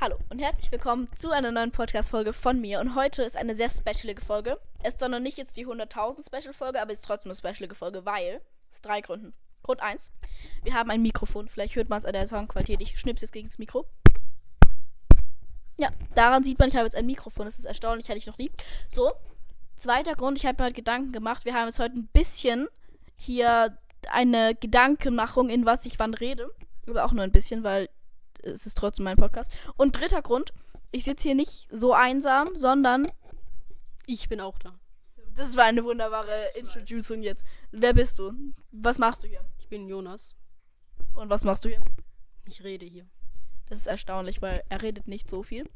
Hallo und herzlich willkommen zu einer neuen Podcast-Folge von mir. Und heute ist eine sehr specialige Folge. Es ist zwar noch nicht jetzt die 100.000 Special-Folge, aber es ist trotzdem eine specialige Folge, weil. Aus drei Gründen. Grund 1. Wir haben ein Mikrofon. Vielleicht hört man es an der Soundqualität. Ich schnips jetzt gegen das Mikro. Ja, daran sieht man, ich habe jetzt ein Mikrofon. Das ist erstaunlich, hatte ich noch nie. So. Zweiter Grund, ich habe mir heute Gedanken gemacht. Wir haben jetzt heute ein bisschen hier eine Gedankenmachung, in was ich wann rede. Aber auch nur ein bisschen, weil es ist trotzdem mein Podcast. Und dritter Grund, ich sitze hier nicht so einsam, sondern Ich bin auch da. das war eine wunderbare Introducing jetzt. Wer bist du? Was machst du hier? Ich bin Jonas. Und was machst du hier? Ich rede hier. Das ist erstaunlich, weil er redet nicht so viel.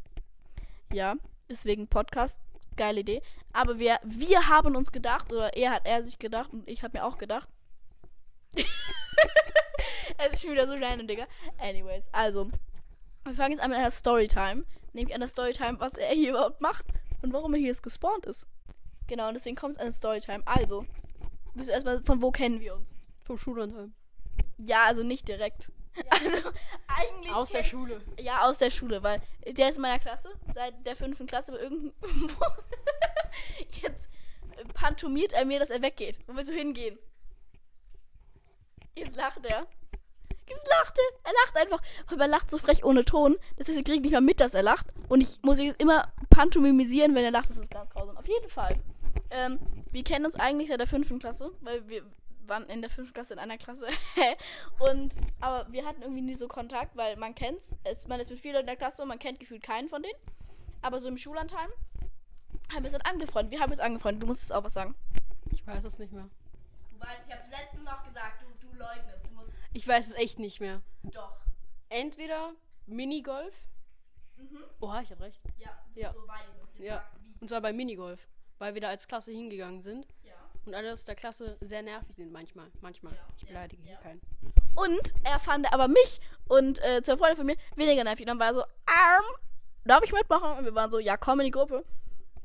Ja, deswegen Podcast, geile Idee. Aber wir, wir haben uns gedacht, oder er hat er sich gedacht und ich habe mir auch gedacht. es ist schon wieder so random, Digga. Anyways, also, wir fangen jetzt an mit einer Storytime. Nämlich an der Storytime, was er hier überhaupt macht und warum er hier jetzt gespawnt ist. Genau, und deswegen kommt es an eine Storytime. Also, müssen wir erstmal, von wo kennen wir uns? Vom Schulanheim. Ja, also nicht direkt. Also, eigentlich. Aus der kennen- Schule. ja, aus der Schule, weil der ist in meiner Klasse, seit der fünften Klasse, aber irgendwo. Jetzt pantomiert er mir, dass er weggeht. Wo willst du hingehen? Jetzt lacht er. Jetzt lacht er. Er lacht einfach. Aber er lacht so frech ohne Ton. Das heißt, ihr kriegt nicht mal mit, dass er lacht. Und ich muss jetzt immer pantomimisieren, wenn er lacht. Das ist ganz grausam. Auf jeden Fall. Ähm, wir kennen uns eigentlich seit der fünften Klasse, weil wir waren in der fünften Klasse in einer Klasse. und aber wir hatten irgendwie nie so Kontakt, weil man kennt's. Es, man ist mit vielen Leuten in der Klasse und man kennt gefühlt keinen von denen. Aber so im Schullandheim haben wir uns dann angefreundet. Wir haben uns angefreundet. Du musst es auch was sagen. Ich weiß es nicht mehr. Du weißt, ich hab's letztens noch gesagt. Du, du leugnest. Du musst Ich weiß es echt nicht mehr. doch. Entweder Minigolf. Mhm. Oha, ich hatte recht. Ja, Ja. so weise. Wir Ja. sagen, Und zwar bei Minigolf. Weil wir da als Klasse hingegangen sind. Und alle aus der Klasse sehr nervig sind manchmal. Manchmal. Ja, Ich ja, beleidige hier ja. keinen. Und er fand aber mich und äh, zwei Freunde von mir weniger nervig. Und dann war er so, arm, darf ich mitmachen? Und wir waren so, ja, komm in die Gruppe.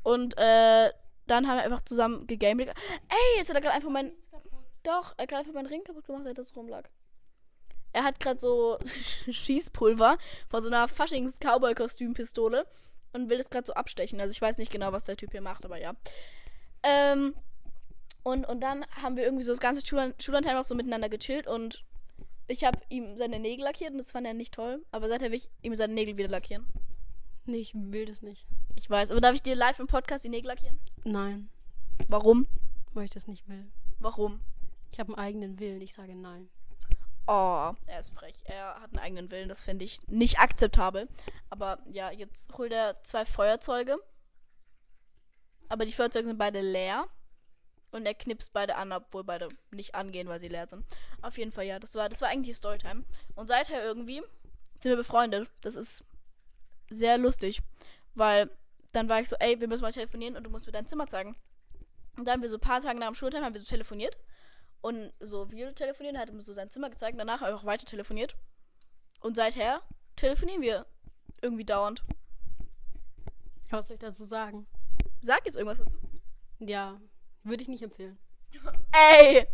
Und äh, dann haben wir einfach zusammen gegamed. Ey, jetzt hat er gerade einfach meinen. Doch, er hat gerade einfach meinen Ring kaputt gemacht, als das rumlag. Er hat gerade so Schießpulver von so einer Faschings-Cowboy-Kostümpistole und will es gerade so abstechen. Also ich weiß nicht genau, was der Typ hier macht, aber ja. Ähm, und, und dann haben wir irgendwie so das ganze Schulan- Schullandheim auch so miteinander gechillt und ich habe ihm seine Nägel lackiert und das fand er nicht toll. Aber seither will ich ihm seine Nägel wieder lackieren. Nee, ich will das nicht. Ich weiß, aber darf ich dir live im Podcast die Nägel lackieren? Nein, Warum? weil ich das nicht will. Warum? Ich habe einen eigenen Willen. Ich sage nein. Oh, er ist frech. Er hat einen eigenen Willen, das finde ich nicht akzeptabel. Aber ja, jetzt holt er zwei Feuerzeuge. Aber die Feuerzeuge sind beide leer. Und er knipst beide an, obwohl beide nicht angehen, weil sie leer sind. Auf jeden Fall, ja, das war, das war eigentlich die Storytime. Und seither irgendwie sind wir befreundet. Das ist sehr lustig. Weil dann war ich so, ey, wir müssen mal telefonieren und du musst mir dein Zimmer zeigen. Und dann haben wir so ein paar Tage nach dem Schultime haben wir so telefoniert und so Video telefonieren, hat ihm so sein Zimmer gezeigt, danach einfach weiter telefoniert. Und seither telefonieren wir irgendwie dauernd. Ja, was soll ich dazu sagen? Sag jetzt irgendwas dazu. Ja, würde ich nicht empfehlen. Ey!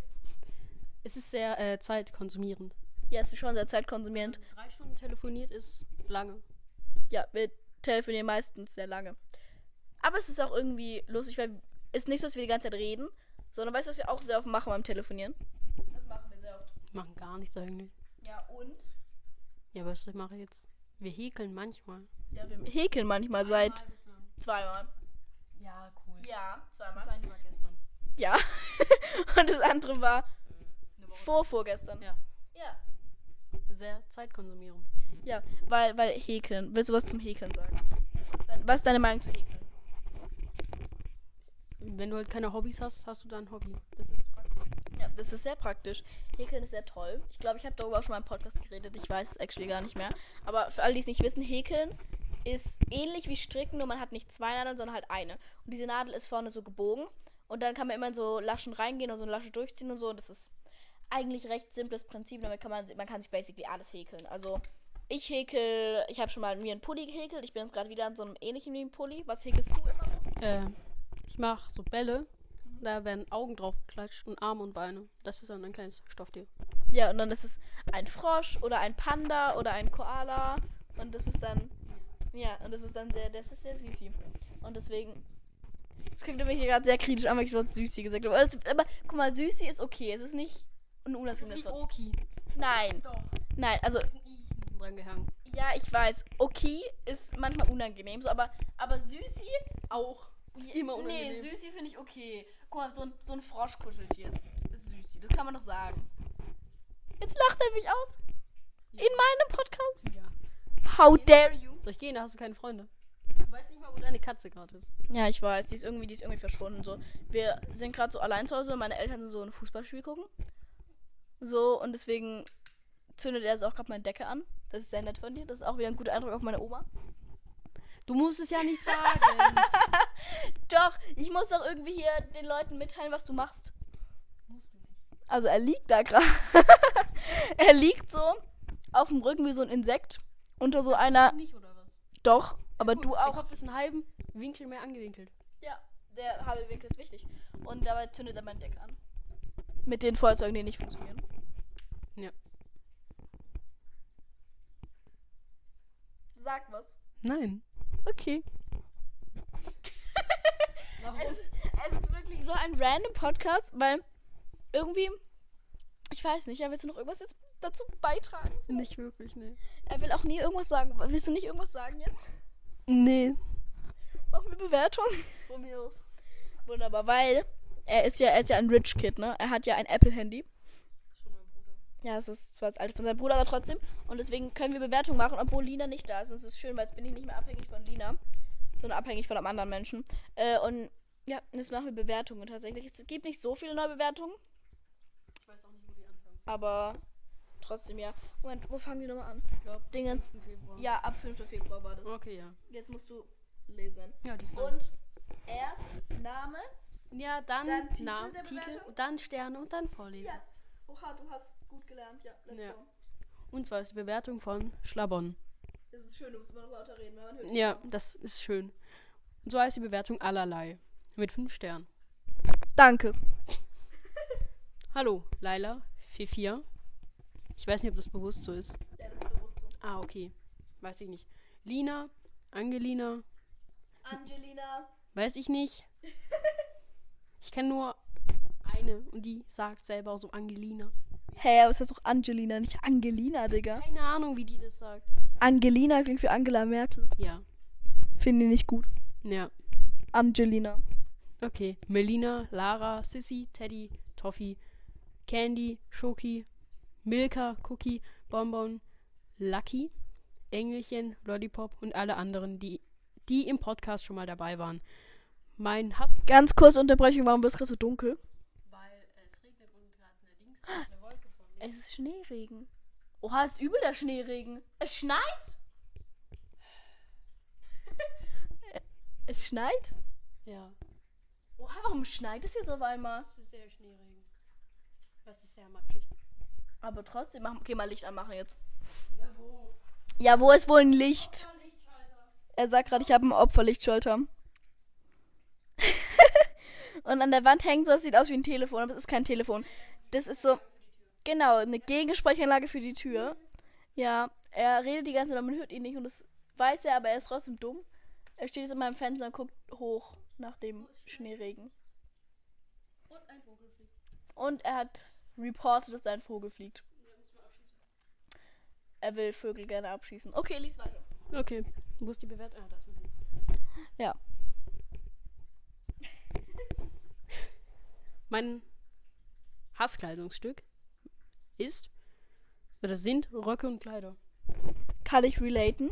Es ist sehr äh, zeitkonsumierend. Ja, es ist schon sehr zeitkonsumierend. Drei Stunden telefoniert ist lange. Ja, wir telefonieren meistens sehr lange. Aber es ist auch irgendwie lustig, weil es ist nicht so, dass wir die ganze Zeit reden, sondern weißt du, was wir auch sehr oft machen beim Telefonieren? Das machen wir sehr oft. Wir machen gar nichts eigentlich. Ja, und? Ja, was ich mache jetzt? Wir häkeln manchmal. Ja, wir häkeln manchmal seit zweimal. Ja, cool. Ja, Das eine war gestern. Ja. und das andere war Eine Woche. vor vorgestern. Ja. Ja. Sehr zeitkonsumierend. Ja, weil, weil Häkeln. Willst du was zum Häkeln sagen? Was ist dein- Was ist deine Meinung zu Häkeln? Wenn du halt keine Hobbys hast, hast du da ein Hobby. Das ist praktisch. Ja, das ist sehr praktisch. Häkeln ist sehr toll. Ich glaube, ich habe darüber auch schon mal im Podcast geredet. Ich weiß es actually gar nicht mehr. Aber für alle, die es nicht wissen, Häkeln ist ähnlich wie Stricken, nur man hat nicht zwei Nadeln, sondern halt eine. Und diese Nadel ist vorne so gebogen. Und dann kann man immer in so Laschen reingehen und so eine Lasche durchziehen und so. Und das ist eigentlich recht simples Prinzip. Damit kann man, man kann sich basically alles häkeln. Also ich häkel, ich habe schon mal mir einen Pulli gehäkelt. Ich bin jetzt gerade wieder an so einem ähnlichen wie einem Pulli. Was häkelst du immer so? Äh, ich mache so Bälle. Da werden Augen drauf geklatscht und Arme und Beine. Das ist dann ein kleines Stofftier. Ja, und dann ist es ein Frosch oder ein Panda oder ein Koala. Und das ist dann Ja, und das ist dann sehr, das ist sehr Süßi. Und deswegen. Es klingt mich hier gerade sehr kritisch an, weil ich das Wort Süßi gesagt habe. Aber, das, aber guck mal, Süßi ist okay. Es ist nicht ein Das ist unangenehmes nicht Wort. Oki. Nein, Doch. nein. Also, Da ist ein I hinten dran gehangen. ja, ich weiß. Okay ist manchmal unangenehm, so, aber, aber Süßi Auch. Ist immer unangenehm. Nee, Süßi finde ich okay. Guck mal, so ein, so ein Froschkuscheltier ist, ist Süßi. Das kann man doch sagen. Jetzt lacht er mich aus. Ja. In meinem Podcast. Ja. How dare you? Soll ich gehen? Da hast du keine Freunde. Du weißt nicht mal, wo deine Katze gerade ist. Ja, ich weiß. Die ist irgendwie, die ist irgendwie verschwunden. So, wir sind gerade so allein zu Hause. Meine Eltern sind so ein Fußballspiel gucken. So und deswegen zündet er jetzt auch gerade meine Decke an. Das ist sehr nett von dir. Das ist auch wieder ein guter Eindruck auf meine Oma. Du musst es ja nicht sagen. Doch, ich muss doch irgendwie hier den Leuten mitteilen, was du machst. musst du nicht. Also er liegt da gerade. er liegt so auf dem Rücken wie so ein Insekt unter so einer. Du nicht, oder was? Doch, aber Guck, du Der auch. Kopf ist einen halben Winkel mehr angewinkelt. Ja, der halbe Winkel ist wichtig. Und dabei zündet er mein Deck an. Mit den Feuerzeugen, die nicht funktionieren. Ja. Sag was. Nein. Okay. Warum? Es, es ist wirklich so ein random Podcast, weil irgendwie. Ich weiß nicht, ja, willst du noch irgendwas jetzt dazu beitragen? Nicht wirklich, ne. Er will auch nie irgendwas sagen. Willst du nicht irgendwas sagen jetzt? Nee. Machen wir Bewertung? Von mir aus. Wunderbar, weil er ist ja, er ist ja ein Rich Kid, ne? Er hat ja ein Apple-Handy. Schon mein Bruder. Ja, es ist zwar das alte von seinem Bruder, aber trotzdem. Und deswegen können wir Bewertung machen, obwohl Lina nicht da ist. Und es ist schön, weil jetzt bin ich nicht mehr abhängig von Lina, sondern abhängig von einem anderen Menschen. Äh, und ja, jetzt machen wir Bewertungen tatsächlich. Es gibt nicht so viele neue Bewertungen, Ich weiß auch nicht, wo die anfangen. aber trotzdem ja. Moment, wo fangen die nochmal an? Ich glaube, Dingens. Ja, ab 5. Februar war das. Okay, ja. Jetzt musst du lesen. Ja, die ist lang. Und erst Name. Ja, dann, Dann Titel Na, der Titel, Bewertung? und dann Sterne und dann Vorlesen. Ja. Oha, du hast gut gelernt. Ja, let's Ja. go. Und zwar ist die Bewertung von Schlabon. Es ist schön, du musst immer noch lauter reden, weil man hört dich Ja, kaum. das ist schön. Und so heißt die Bewertung allerlei. Mit 5 Sternen. Danke. Hallo, Laila, 44. Ich weiß nicht, ob das bewusst so ist. Ja, das ist bewusst so. Ah, okay. Weiß ich nicht. Lina, Angelina, Angelina. weiß ich nicht. Ich kenne nur eine und die sagt selber auch so Angelina. Hey, aber es heißt doch Angelina, nicht Angelina, Digga. Keine Ahnung, wie die das sagt. Angelina klingt wie Angela Merkel. Ja, Finde ich nicht gut. ja. Angelina. Okay. Melina, Lara, Sissy, Teddy, Toffee, Candy, Schoki, Milka, Cookie, Bonbon, Lucky, Engelchen, Lollipop und alle anderen, die, die im Podcast schon mal dabei waren. Mein Hass. Ganz kurze Unterbrechung, warum wird es gerade so dunkel? Weil es regnet und gerade eine Dings, eine Wolke von Es ist Schneeregen. Oha, ist übel der Schneeregen. Es schneit? es schneit? Ja, Oha, warum schneit es jetzt auf einmal? es ist sehr Schneeregen. Das ist sehr matschig. Aber trotzdem, mach, geh mal Licht anmachen jetzt. Ja, wo? Ja, wo ist wohl ein Licht? Er sagt gerade, ich habe einen Opferlichtschalter. Und an der Wand hängt so, das sieht aus wie ein Telefon, aber es ist kein Telefon. Das ist so, genau, eine Gegensprechanlage für die Tür. Ja, er redet die ganze Zeit, aber man hört ihn nicht und das weiß er, aber er ist trotzdem dumm. Er steht jetzt in meinem Fenster und guckt hoch nach dem Schneeregen. Und ein Vogel fliegt. Und er hat reportet, dass da ein Vogel fliegt. Er will Vögel gerne abschießen. Okay, lies weiter. Okay, wo ist die Bewertung? Ah, da ist mein Handy. Ja. Mein Hasskleidungsstück ist oder sind Röcke und Kleider. kann ich relaten.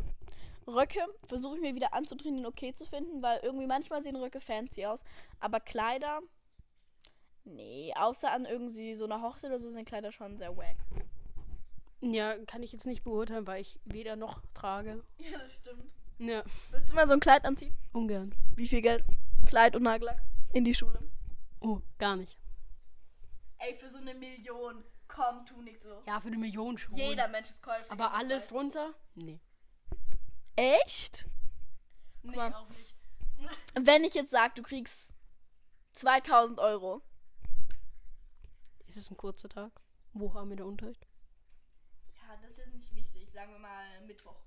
Röcke versuche ich mir wieder anzutrainieren, okay zu finden, weil irgendwie manchmal sehen Röcke fancy aus. Aber Kleider. Nee, außer an irgendwie so einer Hochzeit oder so sind Kleider schon sehr wack. Ja, kann ich jetzt nicht beurteilen, weil ich weder noch trage. Ja, das stimmt. Ja, Willst du mal so ein Kleid anziehen? ungern. Wie viel Geld? Kleid und Nagellack? In die Schule. Oh, gar nicht. Ey, für so eine Million. Komm, tu nicht so. Ja, für eine Million schon. Jeder Mensch ist käuflich. Aber alles drum. drunter? Nee. Echt? Nee, mal. auch nicht. Wenn ich jetzt sag, du kriegst 2000 Euro. Ist es ein kurzer Tag? Wo haben wir da Unterricht? Ja, das ist nicht wichtig. Sagen wir mal Mittwoch.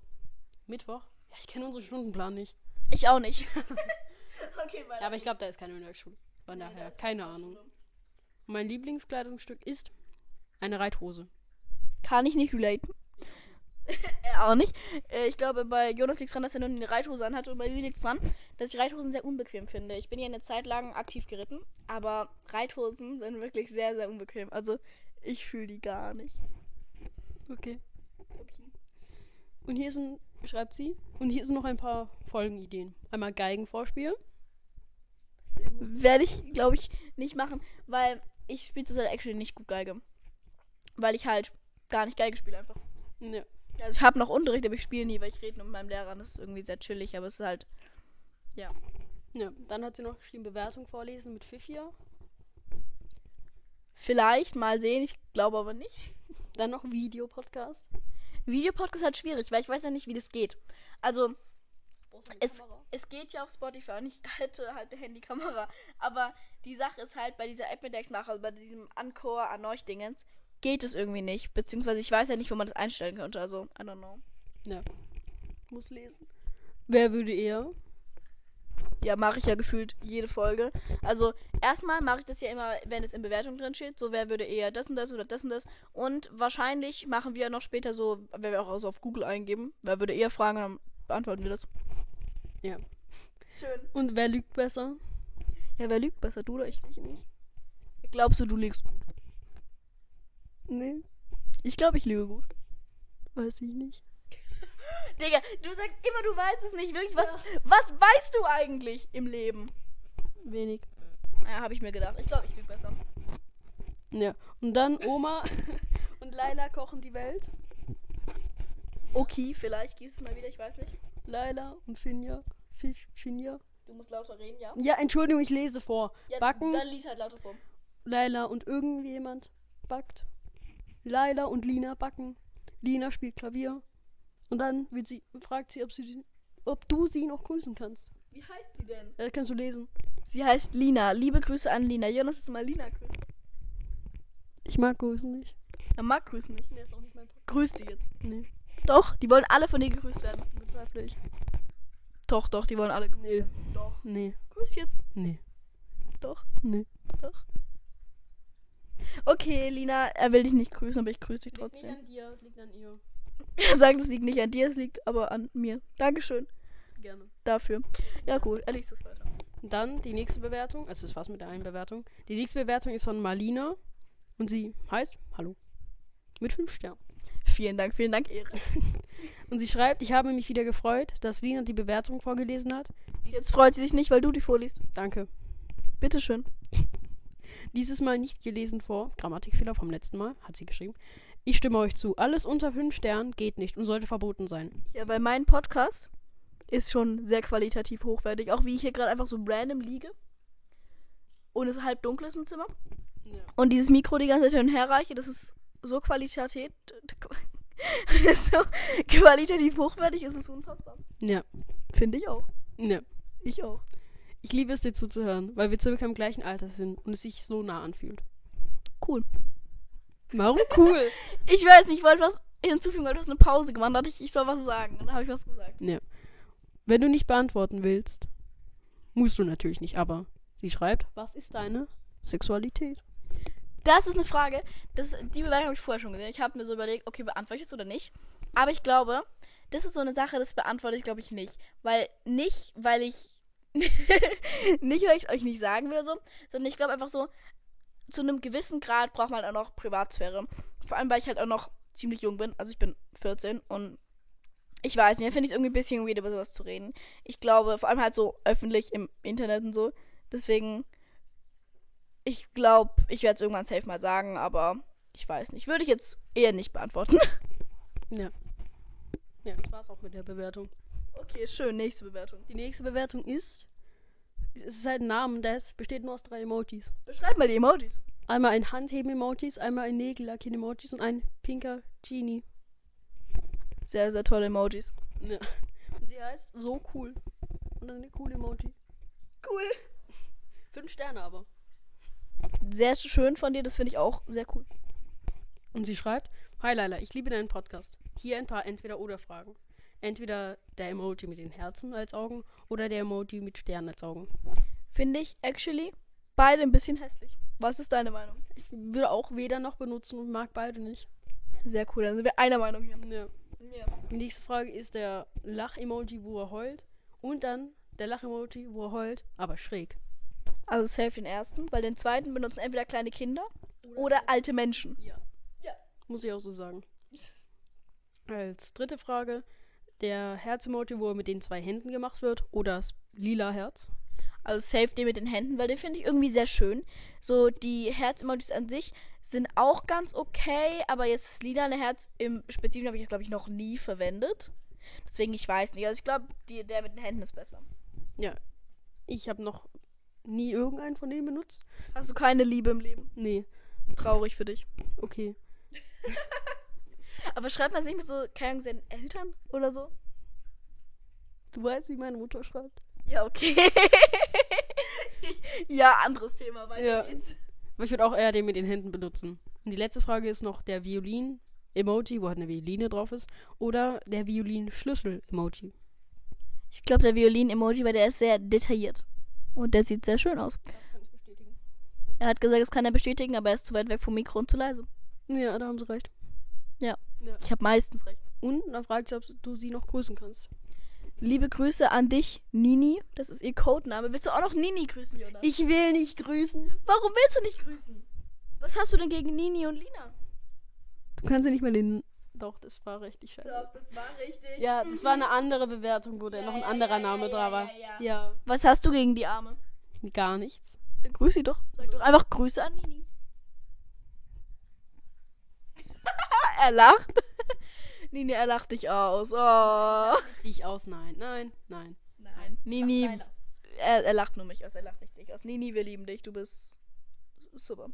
Mittwoch? Ja, ich kenne unseren Stundenplan nicht. Ich auch nicht. okay, weil Ja, aber ich glaube, da ist keine Mittagsschule. Von Nee, da daher, ist keine Ahnung. Mein Lieblingskleidungsstück ist eine Reithose. Kann ich nicht relaten. er auch nicht. Äh, ich glaube, bei Jonas liegt dran, dass er nur eine Reithose anhat und bei mir liegt dran, dass ich Reithosen sehr unbequem finde. Ich bin ja eine Zeit lang aktiv geritten, aber Reithosen sind wirklich sehr, sehr unbequem. Also, ich fühle die gar nicht. Okay. Und hier sind, schreibt sie, und hier sind noch ein paar Folgenideen. Einmal Geigenvorspiel. Werde ich, glaube ich, nicht machen, weil ich spiele zurzeit actually nicht gut Geige. Weil ich halt gar nicht Geige spiele einfach. Ja. Also ich habe noch Unterricht, aber ich spiele nie, weil ich rede nur mit meinem Lehrer und das ist irgendwie sehr chillig, aber es ist halt ja. Dann hat sie noch geschrieben, Bewertung vorlesen mit Fifia. vielleicht mal sehen, ich glaube aber nicht. Dann noch Videopodcast. Videopodcast ist halt schwierig, weil ich weiß ja nicht, wie das geht. Also, Es- Es es geht ja auf Spotify und ich hätte halt eine Handykamera. Aber die Sache ist halt, bei dieser App, mit der ich mache, also bei diesem Anchor an euch Dingens, geht es irgendwie nicht. Beziehungsweise ich weiß ja nicht, wo man das einstellen könnte. Also, I don't know. muss lesen. Wer würde eher? Ja, mache ich ja gefühlt jede Folge. Also, erstmal mache ich das ja immer, wenn es in Bewertung drin steht. So, wer würde eher das und das oder das und das. Und wahrscheinlich machen wir noch später so, wenn wir auch so auf Google eingeben, wer würde eher fragen, dann beantworten wir das. Ja. Schön. Und wer lügt besser? Ja, wer lügt besser, du oder ich? Ich nicht. Glaubst du, du lügst gut? Nee, Ich glaube, ich lüge gut. weiß ich nicht. Digga, du sagst immer, du weißt es nicht wirklich. Was, was weißt du eigentlich im Leben? Wenig. Ja, habe ich mir gedacht. Ich glaube, ich lüge besser. Ja. Und dann Oma und Laila kochen die Welt. Okay, vielleicht gibt es mal wieder, ich weiß nicht. Laila und Finja. Fisch, Finja. Du musst lauter reden, ja? Ja, Entschuldigung, ich lese vor. ja Backen. Dann lies halt lauter vor. Laila und irgendjemand backt. Laila und Lina backen. Lina spielt Klavier. Und dann wird sie, fragt sie, ob, sie, ob du sie noch grüßen kannst. Wie heißt sie denn? Das kannst du lesen. Sie heißt Lina. Liebe Grüße an Lina. Jonas ist mal Lina grüßen. Ich mag grüßen nicht. Er mag grüßen nicht. Nee, ist auch nicht mein Problem. Grüß die jetzt. Nee, Doch, die wollen alle von dir gegrüßt werden. bezweifle ich. Doch, doch, die wollen alle gegrüßt Nee. werden. Doch. Nee, Grüß jetzt. nee, Doch. nee. Doch. Okay, Lina, er will dich nicht grüßen, aber ich grüße dich trotzdem. an dir, liegt an ihr. Er sagt, es liegt nicht an dir, es liegt aber an mir. Dankeschön Gerne. dafür. Ja, gut, er liest es weiter. Dann die nächste Bewertung. Also, das war's mit der einen Bewertung. Die nächste Bewertung ist von Marlina. Und sie heißt Hallo. Mit fünf Sternen. Vielen Dank, vielen Dank, Ehre. Und sie schreibt: Ich habe mich wieder gefreut, dass Lina die Bewertung vorgelesen hat. Jetzt freut sie sich nicht, weil du die vorliest. Danke. Bitteschön. Dieses Mal nicht gelesen vor. Grammatikfehler vom letzten Mal, hat sie geschrieben. Ich stimme euch zu. Alles unter fünf Sternen geht nicht und sollte verboten sein. Ja, weil mein Podcast ist schon sehr qualitativ hochwertig. Auch wie ich hier gerade einfach so random liege. Und es halb dunkel ist im Zimmer. Ja. Und dieses Mikro die ganze Zeit hin und her reiche, das ist so qualität. Das ist so qualitativ hochwertig, es ist unfassbar. Ja. Finde ich auch. ja. Ich auch. Ich liebe es, dir zuzuhören, weil wir circa im gleichen Alter sind und es sich so nah anfühlt. Cool. Warum cool? Ich weiß nicht, ich wollte was hinzufügen, weil du hast eine Pause gemacht. Da dachte ich, ich soll was sagen. Dann habe ich was gesagt. Wenn du nicht beantworten willst, musst du natürlich nicht, aber sie schreibt, was ist deine Sexualität? Das ist eine Frage. Das, die Bewertung habe ich vorher schon gesehen. Ich habe mir so überlegt, okay, beantworte ich das oder nicht? Aber ich glaube, das ist so eine Sache, das beantworte ich, glaube ich, nicht. Weil nicht, weil ich. nicht, weil ich es euch nicht sagen will oder so, sondern ich glaube einfach so, zu einem gewissen Grad braucht man halt auch noch Privatsphäre. Vor allem, weil ich halt auch noch ziemlich jung bin. Also ich bin 14 und ich weiß nicht, da finde ich es irgendwie ein bisschen weird, über sowas zu reden. Ich glaube, vor allem halt so öffentlich im Internet und so. Deswegen, ich glaube, ich werde es irgendwann safe mal sagen, aber ich weiß nicht. Würde ich jetzt eher nicht beantworten. Ja, das war's auch mit der Bewertung. Okay, schön. Nächste Bewertung. Die nächste Bewertung ist, es ist halt ein Name, der ist- besteht nur aus drei Emojis. Beschreib mal die Emojis. Einmal ein Handheben-Emojis, einmal ein Negellack-Emojis und ein pinker Genie. Sehr, sehr tolle Emojis. Ja. Und sie heißt so cool. Und dann eine coole Emoji. Cool. Fünf Sterne aber. Sehr schön von dir, das finde ich auch sehr cool. Und sie schreibt: Hi Laila, ich liebe deinen Podcast. Hier ein paar Entweder-Oder-Fragen. Entweder der Emoji mit den Herzen als Augen oder der Emoji mit Sternen als Augen. Finde ich actually beide ein bisschen hässlich. Was ist deine Meinung? Ich würde auch weder noch benutzen und mag beide nicht. Sehr cool, dann sind wir einer Meinung hier. Ja. Die nächste Frage ist der Lach-Emoji, wo er heult. Und dann der Lach-Emoji, wo er heult, aber schräg. Also safe den ersten, weil den zweiten benutzen entweder kleine Kinder oder alte Menschen. Ja. Muss ich auch so sagen. Als dritte Frage der Herz-Emoji, wo er mit den zwei Händen gemacht wird. Oder das lila Herz. Also safe den mit den Händen, weil den finde ich irgendwie sehr schön. So, die Herz-Emojis an sich sind auch ganz okay, aber jetzt das lilane Herz im Spezifischen habe ich, glaube ich, noch nie verwendet. Deswegen, ich weiß nicht. Also ich glaube, der mit den Händen ist besser. Ich habe noch nie irgendeinen von denen benutzt. Hast du keine Liebe im Leben? Nee, Traurig für dich. okay. Aber schreibt man es nicht mit so, keine Ahnung, seinen Eltern oder so? Du weißt, wie meine Mutter schreibt. Ja, okay. ja, anderes Thema. Weiter Ja. geht's. Aber ich würde auch eher den mit den Händen benutzen. Und die letzte Frage ist noch der Violin-Emoji, wo halt eine Violine drauf ist. Oder der Violin-Schlüssel-Emoji. Ich glaube, der Violin-Emoji, weil der ist sehr detailliert. Und der sieht sehr schön aus. Das kann ich bestätigen. Er hat gesagt, das kann er bestätigen, aber er ist zu weit weg vom Mikro und zu leise. Ja, da haben sie recht. Ich habe meistens recht. Und dann fragt sie, ob du sie noch grüßen kannst. Liebe Grüße an dich, Nini. Das ist ihr Codename. Willst du auch noch Nini grüßen, Jonas? Ich will nicht grüßen. Warum willst du nicht grüßen? Was hast du denn gegen Nini und Lina? Du kannst ja nicht mal den. Doch, das war richtig scheiße. das war richtig. Ja, das war eine andere Bewertung, wo da Ja, noch ein ja, anderer ja, Name ja, dran ja, war. ja, ja. Was hast du gegen die Arme? Gar nichts. Dann grüß sie doch. Sag doch einfach Grüße an Nini. er lacht. Nini, er lacht dich aus. Oh. Dich aus, nein, nein, nein. Nein. Nini, er, er lacht nur mich aus. Er lacht nicht dich aus. Nini, wir lieben dich. Du bist super.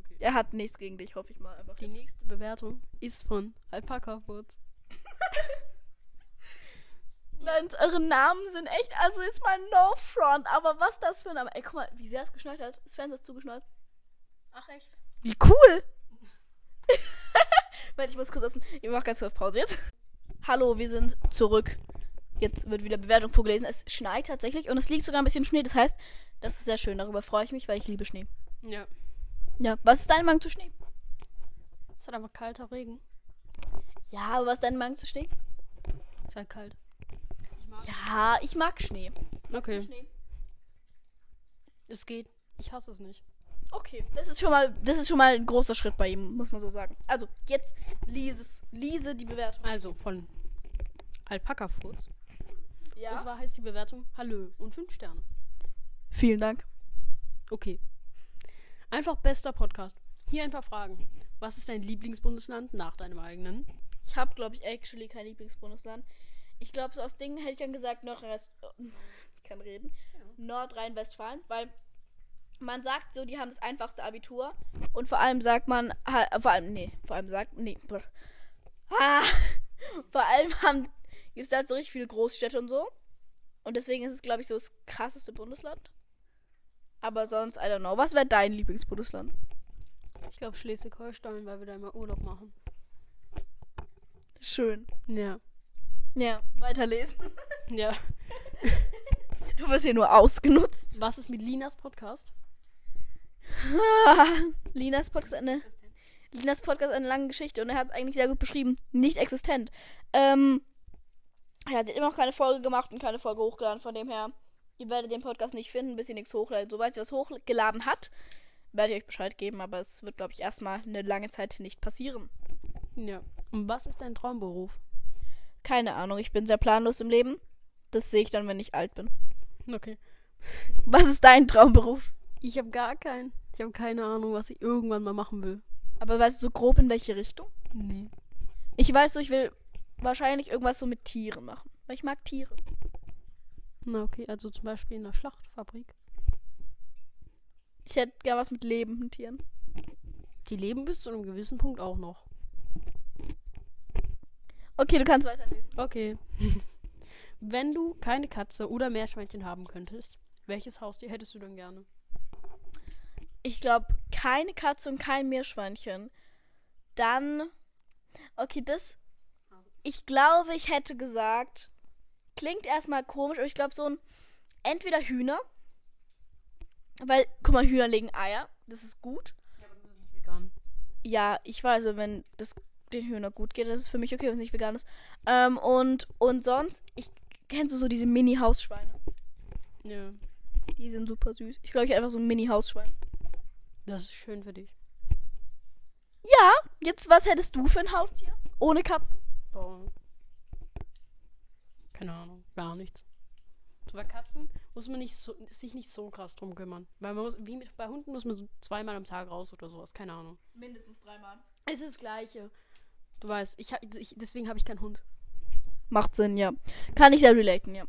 Okay. Er hat nichts gegen dich, hoffe ich mal. Einfach Die jetzt. nächste Bewertung ist von Alpaka-Furz. Nein, eure Namen sind echt, also jetzt mal no front, aber was das für ein Name. Ey, guck mal, wie sehr es geschnallt hat. Das Fernseher ist zugeschnallt. Ach echt? Wie cool! Warte, ich muss kurz aus dem. Ich mach ganz kurz Pause jetzt. Hallo, wir sind zurück. Jetzt wird wieder Bewertung vorgelesen. Es schneit tatsächlich und es liegt sogar ein bisschen Schnee. Das heißt, das ist sehr schön. Darüber freue ich mich, weil ich liebe Schnee. Ja. Ja, was ist dein Meinung zu Schnee? Es hat einfach kalter Regen. Ja, aber was ist dein Meinung zu Schnee? Es ist halt kalt. Ja, ich mag Schnee. Okay. Schnee. Es geht. Ich hasse es nicht. Okay, das ist schon mal, das ist schon mal ein großer Schritt bei ihm, muss man so sagen. Also, jetzt lies es, liese die Bewertung. Also, von Alpaka-Furz. Ja. Und zwar heißt die Bewertung Hallo und 5 Sterne. Vielen Dank. Okay. Einfach bester Podcast. Hier ein paar Fragen. Was ist dein Lieblingsbundesland nach deinem eigenen? Ich habe, glaube ich, actually kein Lieblingsbundesland. Ich glaube, so aus Dingen hätte ich dann gesagt Nordrhein-Westfalen. Ich kann reden. Ja. Nordrhein-Westfalen, weil man sagt so, die haben das einfachste Abitur und vor allem sagt man, ha- vor allem nee, vor allem sagt nee. brr. Ah, vor allem haben gibt es da halt so richtig viele Großstädte und so. Und deswegen ist es, glaube ich, so das krasseste Bundesland. Aber sonst, I don't know. Was wäre dein Lieblingsbundesland? Ich glaube Schleswig-Holstein, weil wir da immer Urlaub machen. Schön. Ja. Ja, weiterlesen. Ja. Du wirst hier nur ausgenutzt. Was ist mit Linas Podcast? Ah, Linas Podcast eine Linas Podcast eine lange Geschichte und er hat es eigentlich sehr gut beschrieben. Nicht existent. Ähm, er hat immer noch keine Folge gemacht und keine Folge hochgeladen. Von dem her, ihr werdet den Podcast nicht finden, bis ihr nichts hochladet. Sobald ihr was hochgeladen hat, werde ich euch Bescheid geben, aber es wird, glaube ich, erstmal eine lange Zeit nicht passieren. Ja. Und was ist dein Traumberuf? Keine Ahnung, ich bin sehr planlos im Leben. Das sehe ich dann, wenn ich alt bin. Okay. Was ist dein Traumberuf? Ich habe gar keinen. Ich habe keine Ahnung, was ich irgendwann mal machen will. Aber weißt du so grob in welche Richtung? Nee. Ich weiß so, ich will wahrscheinlich irgendwas so mit Tieren machen. Weil ich mag Tiere. Na okay, also zum Beispiel in der Schlachtfabrik. Ich hätte gern was mit lebenden Tieren. Die leben bis zu einem gewissen Punkt auch noch. Okay, du kannst weiterlesen. Okay. Wenn du keine Katze oder Meerschweinchen haben könntest, welches Haustier hättest du denn gerne? Ich glaube, keine Katze und kein Meerschweinchen. Dann. Okay, das. ich glaube, ich hätte gesagt, klingt erstmal komisch, aber ich glaube so ein entweder Hühner, weil guck mal, Hühner legen Eier, das ist gut. Ja, aber du bist nicht vegan. Ja, ich weiß, aber wenn das den Hühner gut geht, das ist für mich okay, wenn es nicht vegan ist. Ähm, und und sonst, ich kennst du so diese Mini-Hausschweine? Ja. Die sind super süß. Ich glaube, ich hätte einfach so ein Mini-Hausschwein. Das ist schön für dich. Ja, jetzt was hättest du für ein Haustier ohne Katzen? Boah. Keine Ahnung, gar nichts. So bei Katzen muss man nicht so, sich nicht so krass drum kümmern. Weil man muss, wie mit, bei Hunden muss man so zweimal am Tag raus oder sowas, keine Ahnung. Mindestens dreimal. Es ist das Gleiche. Du weißt, ich, ha- ich deswegen habe ich keinen Hund. Macht Sinn, ja. Kann ich sehr relaten, ja.